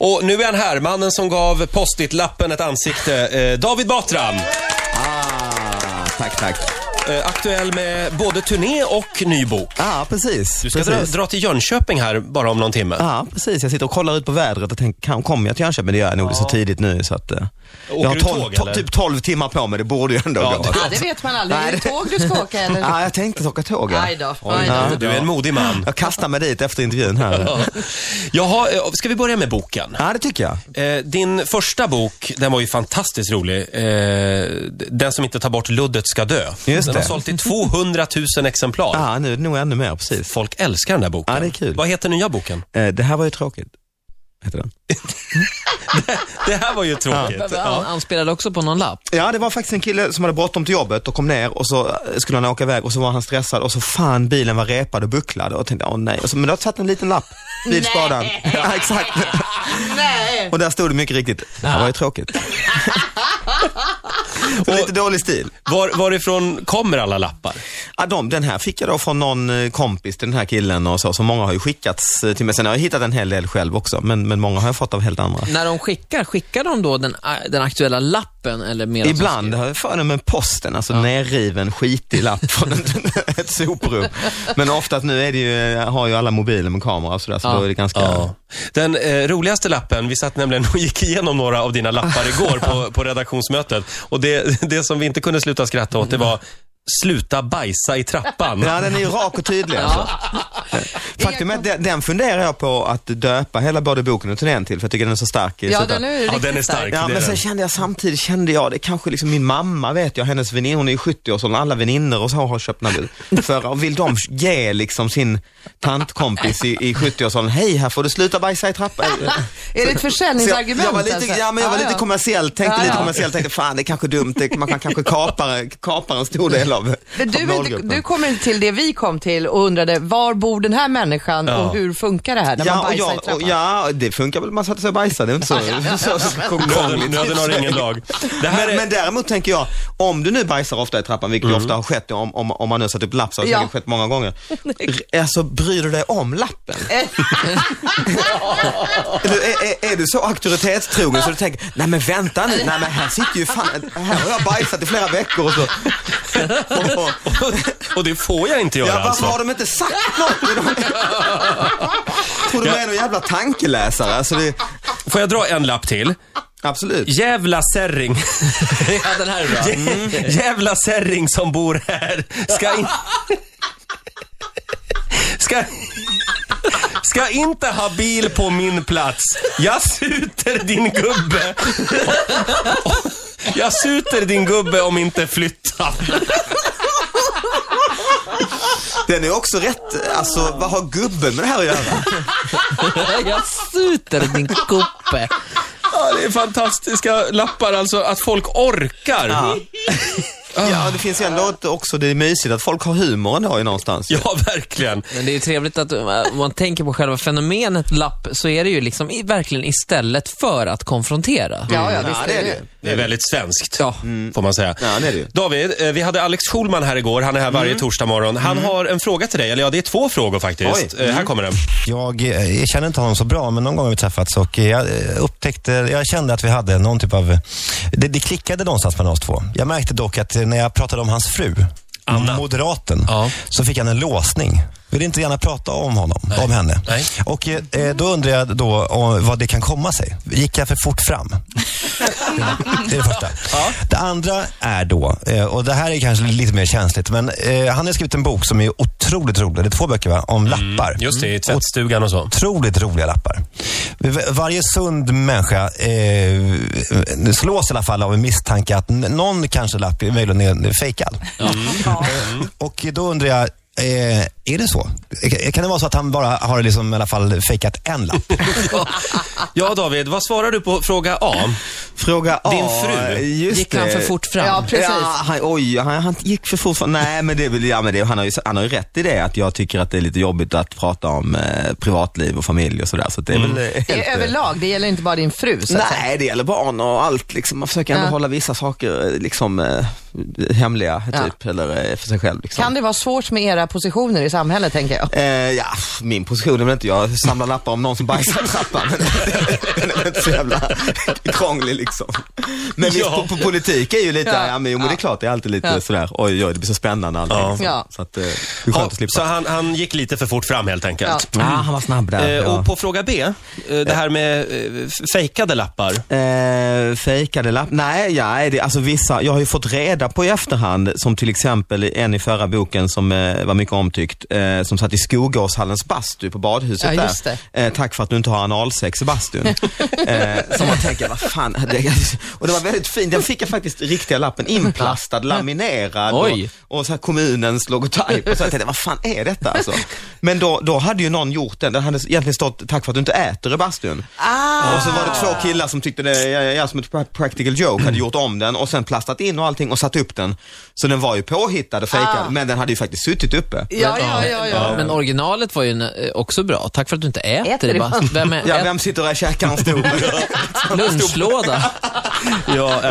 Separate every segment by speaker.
Speaker 1: Och nu är han här, mannen som gav Post-it-lappen ett ansikte. Eh, David Batra.
Speaker 2: Ah, tack, tack.
Speaker 1: Eh, aktuell med både turné och ny bok.
Speaker 2: Ja, ah, precis.
Speaker 1: Du ska dra,
Speaker 2: precis.
Speaker 1: dra till Jönköping här bara om någon timme.
Speaker 2: Ja, precis. Jag sitter och kollar ut på vädret och tänker, kan- kommer jag till Jönköping? Men det gör jag nog, det är så tidigt nu så att... eh,
Speaker 1: Åker
Speaker 2: jag har
Speaker 1: du tåg,
Speaker 2: to-
Speaker 1: eller?
Speaker 2: typ 12 timmar på mig, det borde ju ändå
Speaker 1: Ja,
Speaker 2: gå.
Speaker 1: det-
Speaker 3: Ja, det vet man aldrig. Är det
Speaker 2: Nej.
Speaker 3: tåg du ska åka eller?
Speaker 2: Ja, jag tänkte att åka tåg. ja.
Speaker 3: Aj då, aj då.
Speaker 2: Ah. Ja.
Speaker 1: Du är en modig man.
Speaker 2: Jag kastar mig dit efter intervjun här.
Speaker 1: Jaha, eh, ska vi börja med boken?
Speaker 2: Ja, det tycker jag.
Speaker 1: Eh, din första bok, den var ju fantastiskt rolig. Eh, d- den som inte tar bort luddet ska dö.
Speaker 2: Just
Speaker 1: den
Speaker 2: det.
Speaker 1: har sålt i 200 000 exemplar.
Speaker 2: Ja, nu är det nog ännu mer, precis.
Speaker 1: Folk älskar den där boken.
Speaker 2: Ja, det är kul.
Speaker 1: Vad heter nya boken?
Speaker 2: Eh, Det här var ju tråkigt. Heter den.
Speaker 1: Det här var ju tråkigt.
Speaker 4: Han anspelade också på någon lapp.
Speaker 2: Ja, det var faktiskt en kille som hade bråttom till jobbet och kom ner och så eh, skulle han åka iväg och så var han stressad och så fan bilen var repad och bucklad och tänkte åh nej. Och så, men då satt en liten lapp vid spaden. Ja, exakt.
Speaker 3: Nej!
Speaker 2: Och där stod det mycket riktigt, det här var ju tråkigt. och lite dålig stil.
Speaker 1: Var, varifrån kommer alla lappar?
Speaker 2: Ja, de, den här fick jag då från någon eh, kompis till den här killen och så, så många har ju skickats eh, till mig. Sen har jag hittat en hel del själv också, men, men många har jag fått av helt andra.
Speaker 4: När de skickar, skickar de då den, äh, den aktuella lappen eller mer?
Speaker 2: Ibland har jag för mig posten, alltså nerriven skitig lapp från ett, ett soprum. Men ofta att nu är det ju, har ju alla mobiler med kamera och sådär, så
Speaker 4: Ja.
Speaker 2: då är det ganska...
Speaker 1: Ja. Den eh, roligaste lappen, vi satt nämligen och gick igenom några av dina lappar igår på, på redaktionsmötet. Och det, det som vi inte kunde sluta skratta åt, det var Sluta bajsa i trappan.
Speaker 2: Ja, den är ju rak och tydlig alltså. Faktum är att den- den funderar jag på att döpa hela både boken och turnén till, för jag tycker den är så stark. i
Speaker 3: Ja,
Speaker 2: slutet.
Speaker 3: den är ju
Speaker 1: Ja,
Speaker 3: riktigt
Speaker 1: den är stark.
Speaker 2: Ja,
Speaker 1: det är
Speaker 2: men
Speaker 1: den.
Speaker 2: sen kände jag samtidigt, kände jag, det kanske liksom min mamma vet jag, hennes väninnor, hon är i 70-årsåldern, alla väninnor och så har köpt den här för och vill de ge liksom sin tantkompis i, i 70-årsåldern, hej här får du sluta bajsa i trappan.
Speaker 3: Är det ett
Speaker 2: Så jag,
Speaker 3: försäljningsargument
Speaker 2: jag var lite,
Speaker 3: alltså?
Speaker 2: ja, men jag var
Speaker 3: Ja,
Speaker 2: lite
Speaker 3: ja.
Speaker 2: kommersiell, tänkte
Speaker 3: Ja,
Speaker 2: lite
Speaker 3: ja.
Speaker 2: kommersiell, tänkte fan det är kanske dumt, det, man kan kanske kapar, kapar en stor del av,
Speaker 3: Men
Speaker 2: av
Speaker 3: du, är inte,
Speaker 2: målgruppen.
Speaker 3: du kommer inte till det vi kom till och undrade var bor den här människan
Speaker 1: Ja.
Speaker 3: och hur funkar det här när man
Speaker 2: Ja, och
Speaker 3: bajsar i
Speaker 2: jag,
Speaker 3: trappan?
Speaker 2: och, ja, det funkar väl, man satte sig och bajsade, det är inte så, så, så
Speaker 1: Nöden,
Speaker 2: krångligt.
Speaker 1: nöden har ingen lag. Det här
Speaker 2: men,
Speaker 1: är, Mm.
Speaker 2: men däremot tänker jag, om du nu bajsar ofta i trappan, vilket ofta har skett, om, om, om man nu har satt upp lapp så har det
Speaker 3: Ja.
Speaker 2: säkert skett många gånger. R- alltså, bryr du dig om lappen? är, du- är, är, är du så auktoritetstrogen så du tänker, nej men vänta nu, nej men här sitter ju fan, här har jag bajsat i flera veckor och så. Och, och,
Speaker 1: och det får jag inte göra
Speaker 2: ja, varför har
Speaker 1: alltså.
Speaker 2: de inte sagt något? Är de- Tror de är någon jävla tankeläsare? Alltså det,
Speaker 1: Får jag dra en lapp till?
Speaker 2: absolut.
Speaker 1: Jävla särring.
Speaker 4: Ja, den här är bra.
Speaker 1: Jä- Mm. Jävla särring som bor här. Ska in... Ska... Ska inte ha bil på min plats. Jag suter din gubbe. Jag suter din gubbe om inte flyttar.
Speaker 2: Den är också rätt, alltså vad har gubben med det här att göra?
Speaker 4: Jag suter din kuppe.
Speaker 1: Ja, det är fantastiska lappar alltså. Att folk orkar. Ja,
Speaker 2: Ja, det finns ju ändå ett- också, det är mysigt att folk har humor ändå ju någonstans.
Speaker 1: verkligen.
Speaker 4: Men det är ju trevligt att eh, om man tänker på själva fenomenet lapp så är det ju liksom i, verkligen istället för att konfrontera.
Speaker 3: ja, ja, visst
Speaker 2: Mm. Ja,
Speaker 3: det är det.
Speaker 2: ju.
Speaker 1: Det är väldigt svenskt,
Speaker 4: Ja.
Speaker 5: Mm.
Speaker 1: får man säga.
Speaker 2: Ja, det är det ju.
Speaker 1: David, eh, vi hade Alex Schulman här igår. Han är här
Speaker 5: Mm.
Speaker 1: varje torsdag morgon. Han har en fråga till dig. Eller ja, det är två frågor faktiskt.
Speaker 2: Oj.
Speaker 1: Eh,
Speaker 5: Mm.
Speaker 1: Här kommer den.
Speaker 6: Jag, eh, jag känner inte honom så bra, men någon gång har vi träffats och eh, jag eh, upptäckte, jag kände att vi hade någon typ av, eh, det, det klickade någonstans mellan oss två. Jag märkte dock att eh, när jag pratade om hans fru,
Speaker 1: Anna.
Speaker 6: moderaten,
Speaker 1: Ja.
Speaker 6: så fick han en låsning. Vill inte gärna prata om honom, om henne.
Speaker 1: Nej.
Speaker 6: Och eh, eh, då undrar jag då om vad det kan komma sig. Gick jag för fort fram? Det är det första. Det andra är då, eh, och det här är kanske lite mer känsligt, men eh, han har skrivit en bok som är otroligt rolig. Det är två böcker va? Om lappar.
Speaker 1: Mm, Just det, i tvättstugan och så.
Speaker 6: Otroligt roliga lappar. V- Varje sund människa eh, slås i alla fall av en misstanke att n- någon kanske lapp är möjligen är fejkad. Eh, Och då undrar jag, eh, är det så? Eh, Kan det vara så att han bara har liksom i alla fall fejkat en lapp?
Speaker 1: Ja, David, vad svarar du på fråga A?
Speaker 2: Fråga A.
Speaker 1: Din fru,
Speaker 2: just
Speaker 4: Gick han
Speaker 2: det.
Speaker 4: för fort fram?
Speaker 3: Ja, precis.
Speaker 2: Ja, han, oj, han, han gick för fort fram. Nej, men, det, är väl- ja, men det, han, har ju, han har ju rätt i det att jag tycker att det är lite jobbigt att prata om eh, privatliv och familj och sådär. Så att det är väl
Speaker 1: Mm.
Speaker 2: eh, helt,
Speaker 3: Det är
Speaker 2: eh,
Speaker 3: överlag, det gäller inte bara din fru så att säga.
Speaker 2: Nej, det gäller barn och allt. Liksom. Man försöker ändå
Speaker 3: Ja.
Speaker 2: hålla vissa saker eh, liksom, eh, hemliga, typ, eller eh, för sig själv. Liksom.
Speaker 3: Kan det vara svårt med era era positioner i samhället, tänker jag.
Speaker 5: Eh, ja, pff, min position är väl inte, jag samlar lappar om någon som bajsar i trappan. Den är- Den är väl inte så jävla krånglig liksom. Men visst,
Speaker 1: Ja.
Speaker 5: på, på politik är ju lite,
Speaker 3: Ja.
Speaker 5: ja, men, jo, men det är klart, det är alltid lite
Speaker 3: Ja.
Speaker 5: sådär, oj, oj, det blir så spännande allting.
Speaker 1: Ja.
Speaker 5: Liksom.
Speaker 3: Ja.
Speaker 5: Så att, eh, det är skönt
Speaker 1: Ja,
Speaker 5: att slippa.
Speaker 1: så han, han gick lite för fort fram helt enkelt.
Speaker 3: Ja.
Speaker 5: Ah, han var snabb där.
Speaker 1: Eh,
Speaker 5: ja.
Speaker 1: och på fråga B, eh, det här med eh, f- fejkade lappar.
Speaker 5: Eh, fejkade lapp? Nej, ja, nej, det, alltså vissa, jag har ju fått reda på i efterhand, som till exempel en i förra boken som eh, var mycket omtyckt, eh, som satt i Skogåshallens bastu på badhuset
Speaker 3: Ja,
Speaker 5: där.
Speaker 3: just det.
Speaker 5: Eh, tack för att du inte har analsex i bastun. eh, som man tänker, vad fan. Det, och det var väldigt fint, den fick jag faktiskt riktiga lappen inplastad, laminerad
Speaker 4: Oj.
Speaker 5: och, och så här kommunens logotyp. Och så jag tänkte, vad fan är detta alltså? Men då, då hade ju någon gjort den, den hade egentligen stått, tack för att du inte äter i bastun.
Speaker 3: Ah,
Speaker 5: Och så var det två killar som tyckte det, jag, jag som ett pra- practical joke hade gjort om den och sen plastat in och allting och satt upp den. Så den var ju påhittad och fejkad,
Speaker 3: Ah.
Speaker 5: men den hade ju faktiskt suttit uppe.
Speaker 3: ja, ja, ja, ja.
Speaker 4: Men originalet var ju en, eh, också bra. Tack för att du inte äter,
Speaker 3: Äter
Speaker 4: det.
Speaker 3: det
Speaker 4: Bara,
Speaker 3: bara.
Speaker 4: vem är,
Speaker 5: Ja,
Speaker 4: ät-
Speaker 5: vem sitter och käkar en stor
Speaker 4: Lunchlåda.
Speaker 1: Ja,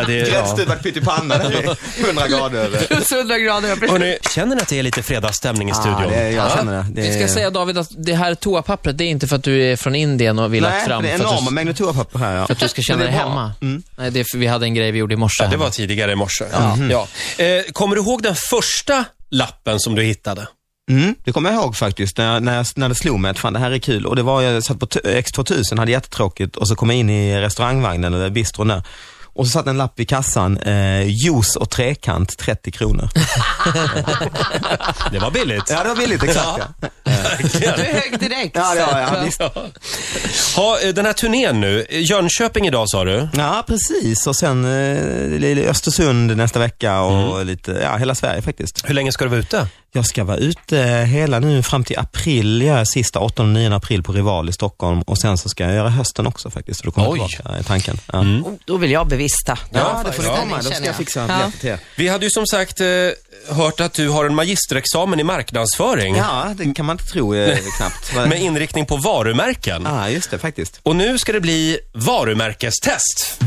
Speaker 1: eh, det, ja.
Speaker 5: gräddstuvad pyttipanna där i 100 grader?
Speaker 3: Plus 100 grader, ja, precis.
Speaker 1: Hörrni, känner ni att det är lite fredagsstämning i studion?
Speaker 5: Ja, det, jag känner det. det
Speaker 4: Vi ska säga David att det här toapappret, det är inte för att du är från Indien och vill
Speaker 5: Nej,
Speaker 4: att fram
Speaker 5: det är
Speaker 4: för, att
Speaker 5: enorma
Speaker 4: du,
Speaker 5: mängder toapapper här ja.
Speaker 4: för att du ska känna
Speaker 5: Men
Speaker 4: dig
Speaker 5: det är bra.
Speaker 4: hemma. Nej, det är för vi hade en grej vi gjorde i morse.
Speaker 1: Ja, det var tidigare i morse. Ja. Ja. Eh, kommer du ihåg den första lappen som du hittade?
Speaker 5: Mm, det kommer jag ihåg faktiskt, när, jag, när, jag, när det slog mig att fan det här är kul. Och det var, jag satt på t- X2000, hade jättetråkigt och så kom jag in i restaurangvagnen, eller bistron där. Och så satt en lapp i kassan, eh, juice och trekant 30 kronor.
Speaker 1: Det var billigt.
Speaker 5: Ja det var billigt, exakt ja.
Speaker 3: Du
Speaker 1: Verkligen.
Speaker 3: högg direkt.
Speaker 5: Ja, det var jag. Ja, visst.
Speaker 1: Ha, eh, den här turnén nu. eh, Jönköping idag sa du.
Speaker 5: ja precis, och sen eh, lite Östersund nästa vecka och lite, ja hela Sverige faktiskt.
Speaker 1: Hur länge ska du vara ute?
Speaker 5: Jag ska vara ute eh, hela nu fram till april, jag är sista 8 och 9 april på Rival i Stockholm och sen så ska jag göra hösten också faktiskt. Så då kommer
Speaker 1: Oj.
Speaker 5: jag tillbaka i tanken. Ja.
Speaker 3: Oh, Då vill jag bevista.
Speaker 5: Ja, det får ni
Speaker 1: Ja.
Speaker 5: komma. Då ska
Speaker 3: Känner
Speaker 5: jag
Speaker 3: jag.
Speaker 5: fixa en
Speaker 3: Ja.
Speaker 5: biljett till er.
Speaker 1: Vi hade ju som sagt eh, hört att du har en magisterexamen i marknadsföring
Speaker 4: Mm.
Speaker 5: Ja, det kan man inte tro eh, knappt. Vad-
Speaker 1: med inriktning på varumärken.
Speaker 5: Ja, just det faktiskt.
Speaker 1: Och nu ska det bli varumärkestest.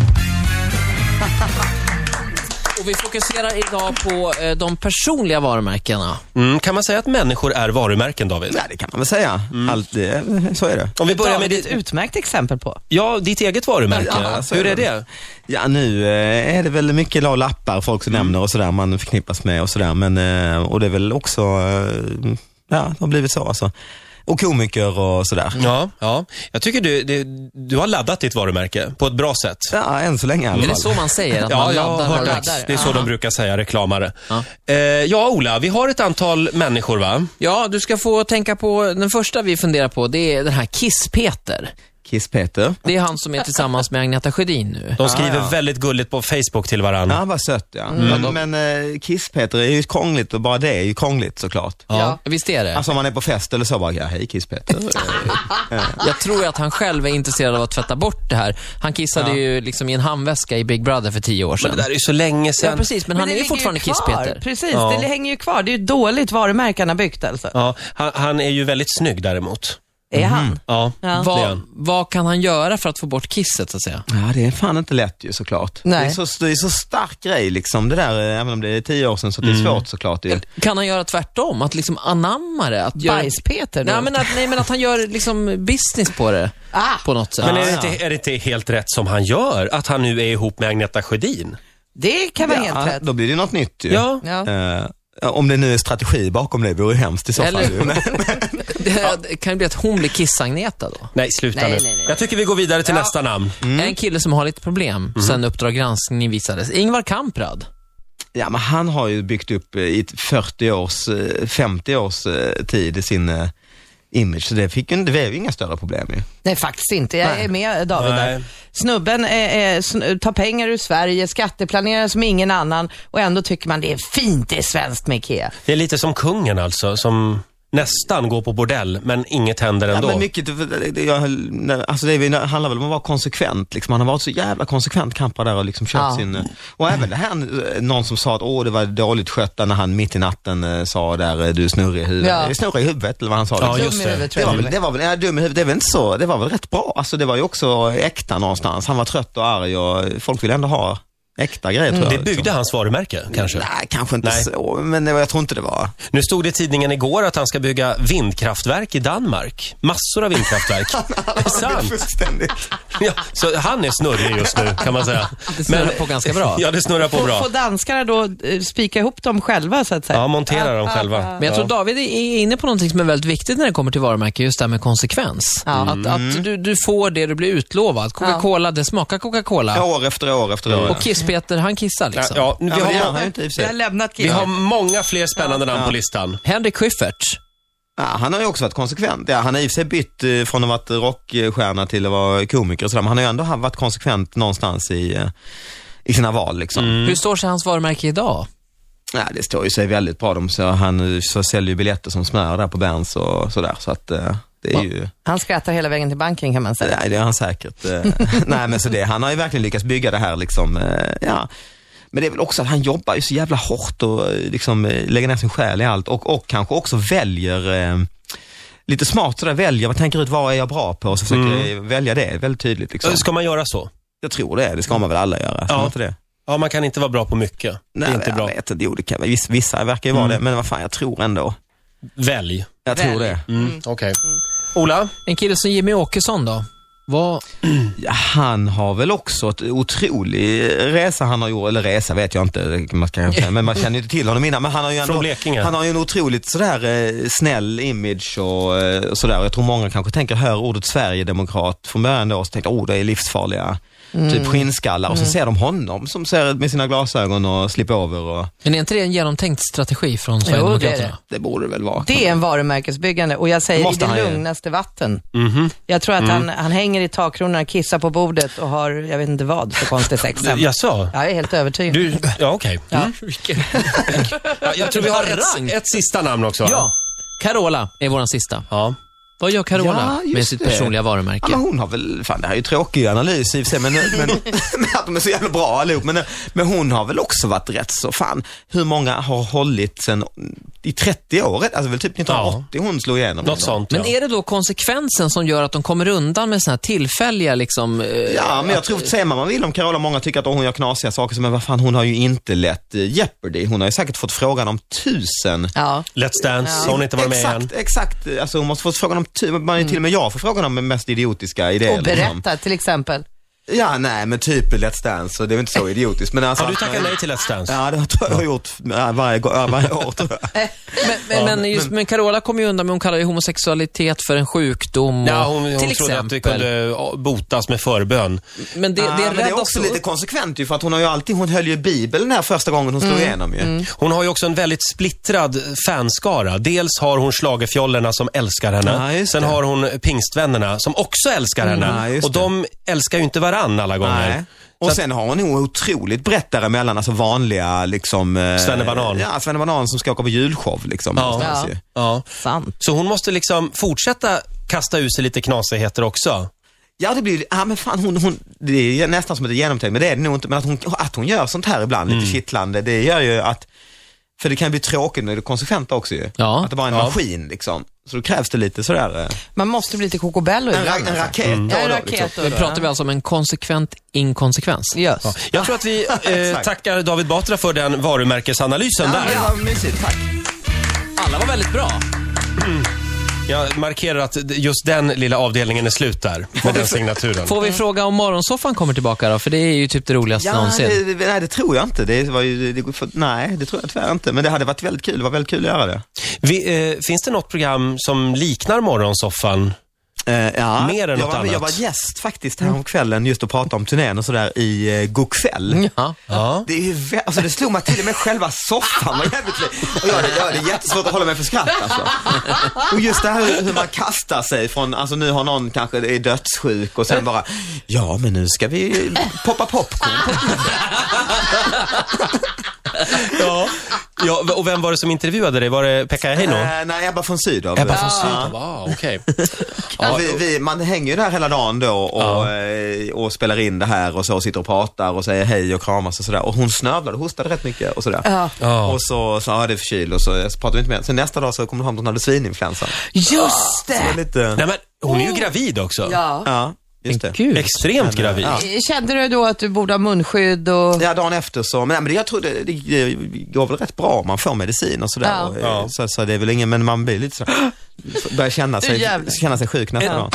Speaker 4: Och vi fokuserar idag på eh, de personliga varumärkena.
Speaker 1: Mm, kan man säga att människor är varumärken, David?
Speaker 5: Ja, det kan man väl säga.
Speaker 4: Mm.
Speaker 5: Allt, eh, så är det.
Speaker 1: Om vi börjar med
Speaker 3: ett
Speaker 1: ditt,
Speaker 3: utmärkt exempel på.
Speaker 1: ja, ditt eget varumärke.
Speaker 5: Ja,
Speaker 4: alltså.
Speaker 5: så
Speaker 1: Hur
Speaker 5: är
Speaker 1: är
Speaker 5: det.
Speaker 1: det?
Speaker 5: Ja, nu eh, är det väl mycket la- lappar folk som
Speaker 4: Mm.
Speaker 5: nämner och sådär, man förknippas med och sådär. Men, eh, och det är väl också, eh, ja, det har blivit så alltså. Och komiker och sådär.
Speaker 4: Mm.
Speaker 1: Ja, ja. Jag tycker du, du, du har laddat ditt varumärke på ett bra sätt.
Speaker 5: Ja, än så länge i alla
Speaker 4: Är det
Speaker 5: fall.
Speaker 4: så man säger? Att
Speaker 1: Ja,
Speaker 4: man
Speaker 1: jag har
Speaker 4: laddar och
Speaker 1: hört
Speaker 4: laddar?
Speaker 1: att det är så
Speaker 4: Ja.
Speaker 1: de brukar säga, reklamare.
Speaker 4: Ja.
Speaker 1: Eh, ja, Ola, vi har ett antal människor, va?
Speaker 4: Ja, du ska få tänka på, den första vi funderar på, det är den här Kiss-Peter.
Speaker 5: Kiss-Peter.
Speaker 4: Det är han som är tillsammans med Agneta Sjödin nu.
Speaker 1: De skriver väldigt gulligt på Facebook till varandra.
Speaker 5: Ja, vad sött ja.
Speaker 4: Mm.
Speaker 5: Men, men eh, Kiss-Peter är ju krångligt och bara det är ju krångligt såklart.
Speaker 4: Ja. Visst är det?
Speaker 5: Alltså om man är på fest eller så bara, ja, hej Kiss-Peter.
Speaker 4: Jag tror ju att han själv är intresserad av att tvätta bort det här. Han kissade ju liksom i en handväska i Big Brother för tio år
Speaker 1: Det
Speaker 4: sedan.
Speaker 1: där är ju så länge
Speaker 4: Ja,
Speaker 1: sedan.
Speaker 4: precis. Men, han
Speaker 3: det
Speaker 4: är ju
Speaker 3: ligger
Speaker 4: fortfarande
Speaker 3: kvar.
Speaker 4: Kiss-Peter.
Speaker 3: Precis,
Speaker 1: Ja.
Speaker 3: det hänger ju kvar. Det är ju dåligt varumärke han har byggt alltså.
Speaker 1: Ja, han, han är ju väldigt snygg däremot.
Speaker 5: Mhm.
Speaker 3: Är han?
Speaker 1: Ja, det
Speaker 3: Ja.
Speaker 1: är
Speaker 4: Vad,
Speaker 1: han.
Speaker 4: vad kan han göra för att få bort kisset, så att säga?
Speaker 5: Ja, det är fan inte lätt ju såklart.
Speaker 3: Nej.
Speaker 5: Det, är så, det är så stark grej liksom det där, eh, även om det är tio år sedan så det är svårt såklart ju.
Speaker 4: Kan han göra tvärtom? Att liksom anamma det? Att
Speaker 3: Bajs-Peter då?
Speaker 4: Nej men, att, nej, men att han gör liksom business på det.
Speaker 3: Ah.
Speaker 4: På något sätt.
Speaker 1: Men är
Speaker 5: Ja,
Speaker 1: det,
Speaker 5: ja.
Speaker 1: inte, är det inte helt rätt som han gör? Att han nu är ihop med Agneta Sjödin?
Speaker 3: Det kan vara helt
Speaker 5: Ja,
Speaker 3: rätt.
Speaker 5: då blir det ju något nytt ju.
Speaker 1: Ja.
Speaker 3: Ja.
Speaker 5: Eh, om det nu är strategi bakom det vore ju hemskt i så fall.
Speaker 4: Eller
Speaker 5: ju.
Speaker 4: hur?
Speaker 5: Men-
Speaker 4: Det, det kan ju bli att hon blir kissagneta då.
Speaker 1: Nej, sluta
Speaker 3: Nej,
Speaker 1: nu.
Speaker 3: nej, nej.
Speaker 1: Jag tycker vi går vidare till nästa namn.
Speaker 4: En kille som har lite problem
Speaker 1: Mm.
Speaker 4: sen Uppdrag granskning visades. Ingvar Kamprad.
Speaker 5: Ja, men han har ju byggt upp eh, i ett 40 års, eh, 50 års eh, tid sin eh, image, så det, fick ju, det blev ju inga större problem ju.
Speaker 3: Nej, faktiskt inte. Jag är med David
Speaker 1: Nej.
Speaker 3: där. Snubben eh, eh, sn- tar pengar ur Sverige, skatteplanerar som ingen annan och ändå tycker man det är fint, det är svenskt med IKEA.
Speaker 1: Det är lite som kungen alltså, som nästan går på bordell, men inget händer
Speaker 5: Ja,
Speaker 1: ändå.
Speaker 5: men mycket, det- det- jag, höll- nej, alltså det är väl- det handlar väl om att vara konsekvent. Liksom. Han har varit så jävla konsekvent, Kampa där och liksom köpt
Speaker 3: Ja.
Speaker 5: sin... eh, Och även det här, eh, någon som sa att åh det var dåligt skötta när han mitt i natten eh, sa där, eh, du är snurrig i huvudet.
Speaker 3: Ja.
Speaker 5: Ja. Snurrig i huvudet eller vad han sa.
Speaker 1: Ja,
Speaker 5: liksom.
Speaker 1: just
Speaker 3: Dum i
Speaker 1: det.
Speaker 3: huvudet, tror
Speaker 5: Det
Speaker 3: jag.
Speaker 5: var väl, det var väl, ja, dum i huvudet, det är väl inte så, det var väl rätt bra. Alltså det var ju också äkta någonstans. Han var trött och arg och folk vill ändå ha äkta grejer tror jag.
Speaker 1: Det byggde hans
Speaker 3: Mm.
Speaker 1: varumärke Mm, kanske?
Speaker 5: Nej, kanske inte
Speaker 1: Nej.
Speaker 5: så, men det var, jag tror inte det var.
Speaker 1: Nu stod det i tidningen igår att han ska bygga vindkraftverk i Danmark. Massor av vindkraftverk. det är sant.
Speaker 5: Fullständigt.
Speaker 1: Ja, så han är snurrig just nu kan man säga.
Speaker 4: Det snurrar på ganska bra.
Speaker 1: Ja, det snurrar på
Speaker 3: Får,
Speaker 1: bra.
Speaker 3: får danskarna då eh, spika ihop dem själva så att säga?
Speaker 1: Ja, montera dem själva.
Speaker 4: Men jag tror David är inne på någonting som är väldigt viktigt när det kommer till varumärke, just det här med konsekvens.
Speaker 1: Mm.
Speaker 4: Att, att du, du får det du blir utlovad. Coca-Cola, det smakar Coca-Cola.
Speaker 5: År efter år efter år.
Speaker 4: Och Kiss-Peter, han kissar
Speaker 1: Ja,
Speaker 4: liksom.
Speaker 1: ja, vi,
Speaker 5: Ja, men det gör
Speaker 1: har,
Speaker 5: han ju inte i och för
Speaker 3: Jag har
Speaker 5: sig.
Speaker 3: lämnat
Speaker 1: vi
Speaker 3: killen.
Speaker 1: har många fler spännande namn på listan.
Speaker 4: Henrik Schyffert.
Speaker 5: Ja, han har ju också varit konsekvent. Ja, han har i och för sig bytt eh, från att ha varit rockstjärna till att vara komiker och sådär, men han har ju ändå ha- varit konsekvent någonstans i, eh, i sina val liksom.
Speaker 1: Mm.
Speaker 4: Hur står sig hans varumärke idag?
Speaker 5: Nej, det står ju sig väldigt bra. De, så han eh, så säljer ju biljetter som smör där på Berns och sådär. Så att eh, det är ju,
Speaker 3: Han skrattar hela vägen till banken kan man säga.
Speaker 5: nej det är han säkert. eh. nej men så det, han har ju verkligen lyckats bygga det här liksom, eh, ja. Men det är väl också att han jobbar ju så jävla hårt och eh, liksom eh, lägger ner sin själ i allt och, och kanske också väljer eh, Lite smart sådär, väljer, man tänker ut vad är jag bra på och så försöker jag välja det väldigt tydligt. Liksom.
Speaker 1: Mm. Ska man göra så?
Speaker 5: Jag tror det, det ska man väl alla göra? Ska
Speaker 1: Ja.
Speaker 5: man inte det?
Speaker 1: Ja, man kan inte vara bra på mycket. det är inte
Speaker 5: jag
Speaker 1: bra. Mm.
Speaker 5: vet inte, jo det kan, vissa, vissa verkar ju vara det, men vad fan jag tror ändå.
Speaker 1: Välj.
Speaker 5: Jag tror det.
Speaker 1: Mm. Okej. Ola?
Speaker 4: En kille som Jimmy Åkesson då? Vad,
Speaker 5: Ja, han har väl också ett otrolig resa han har gjort, eller resa vet jag inte, man kan, säga, men man känner ju inte till honom innan. Men han har ju
Speaker 1: Från
Speaker 5: ändå,
Speaker 1: Blekinge.
Speaker 5: han har ju en otroligt sådär eh, snäll image och, eh, och sådär. Jag tror många kanske tänker, hör ordet Sverigedemokrat från början då, och så tänker oh det är livsfarliga typ skinnskallar. Och så ser de honom som ser med sina glasögon och slipover och
Speaker 4: men är inte det en genomtänkt strategi från
Speaker 3: det är
Speaker 4: Sverigedemokraterna?
Speaker 5: det borde det väl vara.
Speaker 3: Det är en varumärkesbyggande och jag säger i
Speaker 5: Måste han
Speaker 3: det
Speaker 5: ju. Mhm.
Speaker 3: lugnaste vatten. Jag tror att han, han hänger i takkronorna, kissar på bordet och har, jag vet inte vad, för konstigt sex hemma.
Speaker 1: Jag sa.
Speaker 3: Jag är helt övertygad.
Speaker 1: Du, ja okej. Mm.
Speaker 4: Vilken-
Speaker 1: Ja, jag tror vi har
Speaker 4: Harang.
Speaker 1: ett, ett sista namn också. va?
Speaker 4: Ja, Carola är våran sista.
Speaker 1: ja.
Speaker 4: Vad gör Carola
Speaker 5: Ja, just
Speaker 4: med sitt
Speaker 5: det.
Speaker 4: personliga
Speaker 5: Ja,
Speaker 4: varumärke?
Speaker 5: men hon har väl, fan det här är ju tråkig analys i och för sig, men, men att de är så jävla bra allihop. Men, men hon har väl också varit rätt så, fan hur många har hållit sen i 30 år? Alltså väl typ 1980 hon slog igenom.
Speaker 1: Något sånt.
Speaker 4: Mm. Men
Speaker 1: ja.
Speaker 4: är det då konsekvensen som gör att de kommer undan med såna här tillfälliga liksom... eh,
Speaker 5: Ja, men jag tror, säger man vad man vill om Carola, många tycker att hon gör knasiga saker, så men vad fan hon har ju inte lett eh, Jeopardy. Hon har ju säkert fått frågan om tusen
Speaker 3: Ja.
Speaker 1: Let's Dance har hon inte varit med
Speaker 5: Exakt,
Speaker 1: än.
Speaker 5: exakt. Alltså hon måste fått frågan om, tu- man är ju till och med jag får frågan om mest idiotiska idéer.
Speaker 3: Och
Speaker 5: liksom-
Speaker 3: berätta till exempel.
Speaker 5: Ja, nej men typ Let's Dance, så det är väl inte så idiotiskt. Men alltså,
Speaker 1: Har du tackat nej till Let's Dance?
Speaker 5: Ja, det tror jag jag har gjort ja, varje, gång- ja, varje år tror jag.
Speaker 4: Men, men, men, just, men Carola kom ju undan med hon kallar ju homosexualitet för en sjukdom. Och,
Speaker 1: Ja, hon, hon
Speaker 4: till
Speaker 1: trodde
Speaker 4: exempel.
Speaker 1: att det kunde ja, botas med förbön.
Speaker 4: Men det,
Speaker 5: Ja,
Speaker 4: det
Speaker 5: Ah,
Speaker 4: är
Speaker 5: men det är
Speaker 4: räddat
Speaker 5: också
Speaker 4: upp.
Speaker 5: lite konsekvent ju för att hon har ju alltid, hon höll ju bibeln här första gången hon slog
Speaker 4: Mm.
Speaker 5: igenom ju.
Speaker 1: Hon har ju också en väldigt splittrad fanskara. Dels har hon schlagerfjollorna som älskar
Speaker 5: Ja,
Speaker 1: henne.
Speaker 5: just
Speaker 1: Sen
Speaker 5: det.
Speaker 1: har hon pingstvännerna som också älskar
Speaker 5: Ja,
Speaker 1: henne.
Speaker 5: just
Speaker 1: och de älskar ju inte varann alla gånger.
Speaker 5: Nej. Och sen har hon nog otroligt brett däremellan, alltså vanliga liksom... eh,
Speaker 1: Svennebanan.
Speaker 5: Ja, Svennebanan som ska åka på julshow liksom. någonstans ju.
Speaker 1: Ja.
Speaker 3: Sant.
Speaker 1: Så hon måste liksom fortsätta kasta ut sig lite knasigheter också.
Speaker 5: Ja, det blir ja men fan hon, hon, det är nästan som ett genomtänkt, men det är det nog inte. Men att hon, att hon gör sånt här ibland,
Speaker 4: Mm.
Speaker 5: lite kittlande, det gör ju att, för det kan bli tråkigt när det är konsekvent också ju.
Speaker 4: Ja.
Speaker 5: Att det bara är en maskin liksom. Så då krävs det lite sådär, eh,
Speaker 3: Man måste bli lite kokobello
Speaker 5: en, ra-
Speaker 3: ibland.
Speaker 5: en
Speaker 3: alltså.
Speaker 5: raket
Speaker 3: Ja,
Speaker 5: då och
Speaker 3: en
Speaker 5: då, liksom.
Speaker 3: raket.
Speaker 4: Nu pratar vi alltså om en konsekvent inkonsekvens.
Speaker 3: Yes.
Speaker 1: Jag tror att vi eh,
Speaker 5: Exakt.
Speaker 1: tackar David Batra för den varumärkesanalysen där.
Speaker 5: Ja, det var mysigt, tack.
Speaker 4: Alla var väldigt bra.
Speaker 1: Jag markerar att d- just den lilla avdelningen är slut där, med den signaturen.
Speaker 4: Får vi fråga om morgonsoffan kommer tillbaka då? För det är ju typ det roligaste
Speaker 5: Ja,
Speaker 4: någonsin.
Speaker 5: det, det- nej, det tror jag inte. Det var ju, det, för, nej, det tror jag tyvärr inte. Men det hade varit väldigt kul. Det var väldigt kul att göra det.
Speaker 1: Vi, eh, finns det något program som liknar Morgonsoffan?
Speaker 5: Eh, ja,
Speaker 1: Mer
Speaker 5: jag
Speaker 1: än något
Speaker 5: var, Jag
Speaker 1: annat.
Speaker 5: var gäst faktiskt här om kvällen just och pratade om turnén och sådär i eh, Go'kväll.
Speaker 4: Ja.
Speaker 1: Ja.
Speaker 5: Det, är ju vä- alltså det slog mig till och med själva soffan var jävligt lik. Och jag, hade- jag hade jättesvårt att hålla mig för skratt alltså. Och just det här hur- hur man kastar sig från, alltså nu har någon kanske är dödssjuk och sen bara, ja men nu ska vi poppa popcorn på
Speaker 1: Ja. ja. v- Och vem var det som intervjuade dig? Var det Pekka Heino?
Speaker 5: Eh, nej, Ebba von Sydow.
Speaker 1: Ebba
Speaker 5: Ja.
Speaker 1: von Sydow? Ah, okej.
Speaker 5: Ja, vi, vi, man hänger ju där hela dagen då och, eh, och spelar in det här och så, och sitter och pratar och säger hej och kramas och sådär. Och hon snövlade och hostade rätt mycket och sådär.
Speaker 3: Ja.
Speaker 1: Ja.
Speaker 5: Och så sa jag det är förkyld och så pratade vi inte mer. Sen nästa dag så kom hon fram till att hon hade svininfluensan.
Speaker 3: Just
Speaker 5: Det
Speaker 3: det!
Speaker 5: är lite,
Speaker 1: Nej men, hon är ju gravid också.
Speaker 3: Ja.
Speaker 5: ja. Just det.
Speaker 4: Gud.
Speaker 1: Extremt gravid.
Speaker 5: Ja.
Speaker 3: Kände du då att du borde ha munskydd och...
Speaker 5: Ja, dagen efter så, men, nej, men jag tror det, det, det går väl rätt bra om man får medicin och sådär.
Speaker 3: Ja.
Speaker 5: Och, eh,
Speaker 1: Ja.
Speaker 5: Så, så det är väl ingen, men man blir lite så börjar känna
Speaker 3: Du
Speaker 5: sig,
Speaker 3: jävlar.
Speaker 5: känna sig sjuk nästa dag.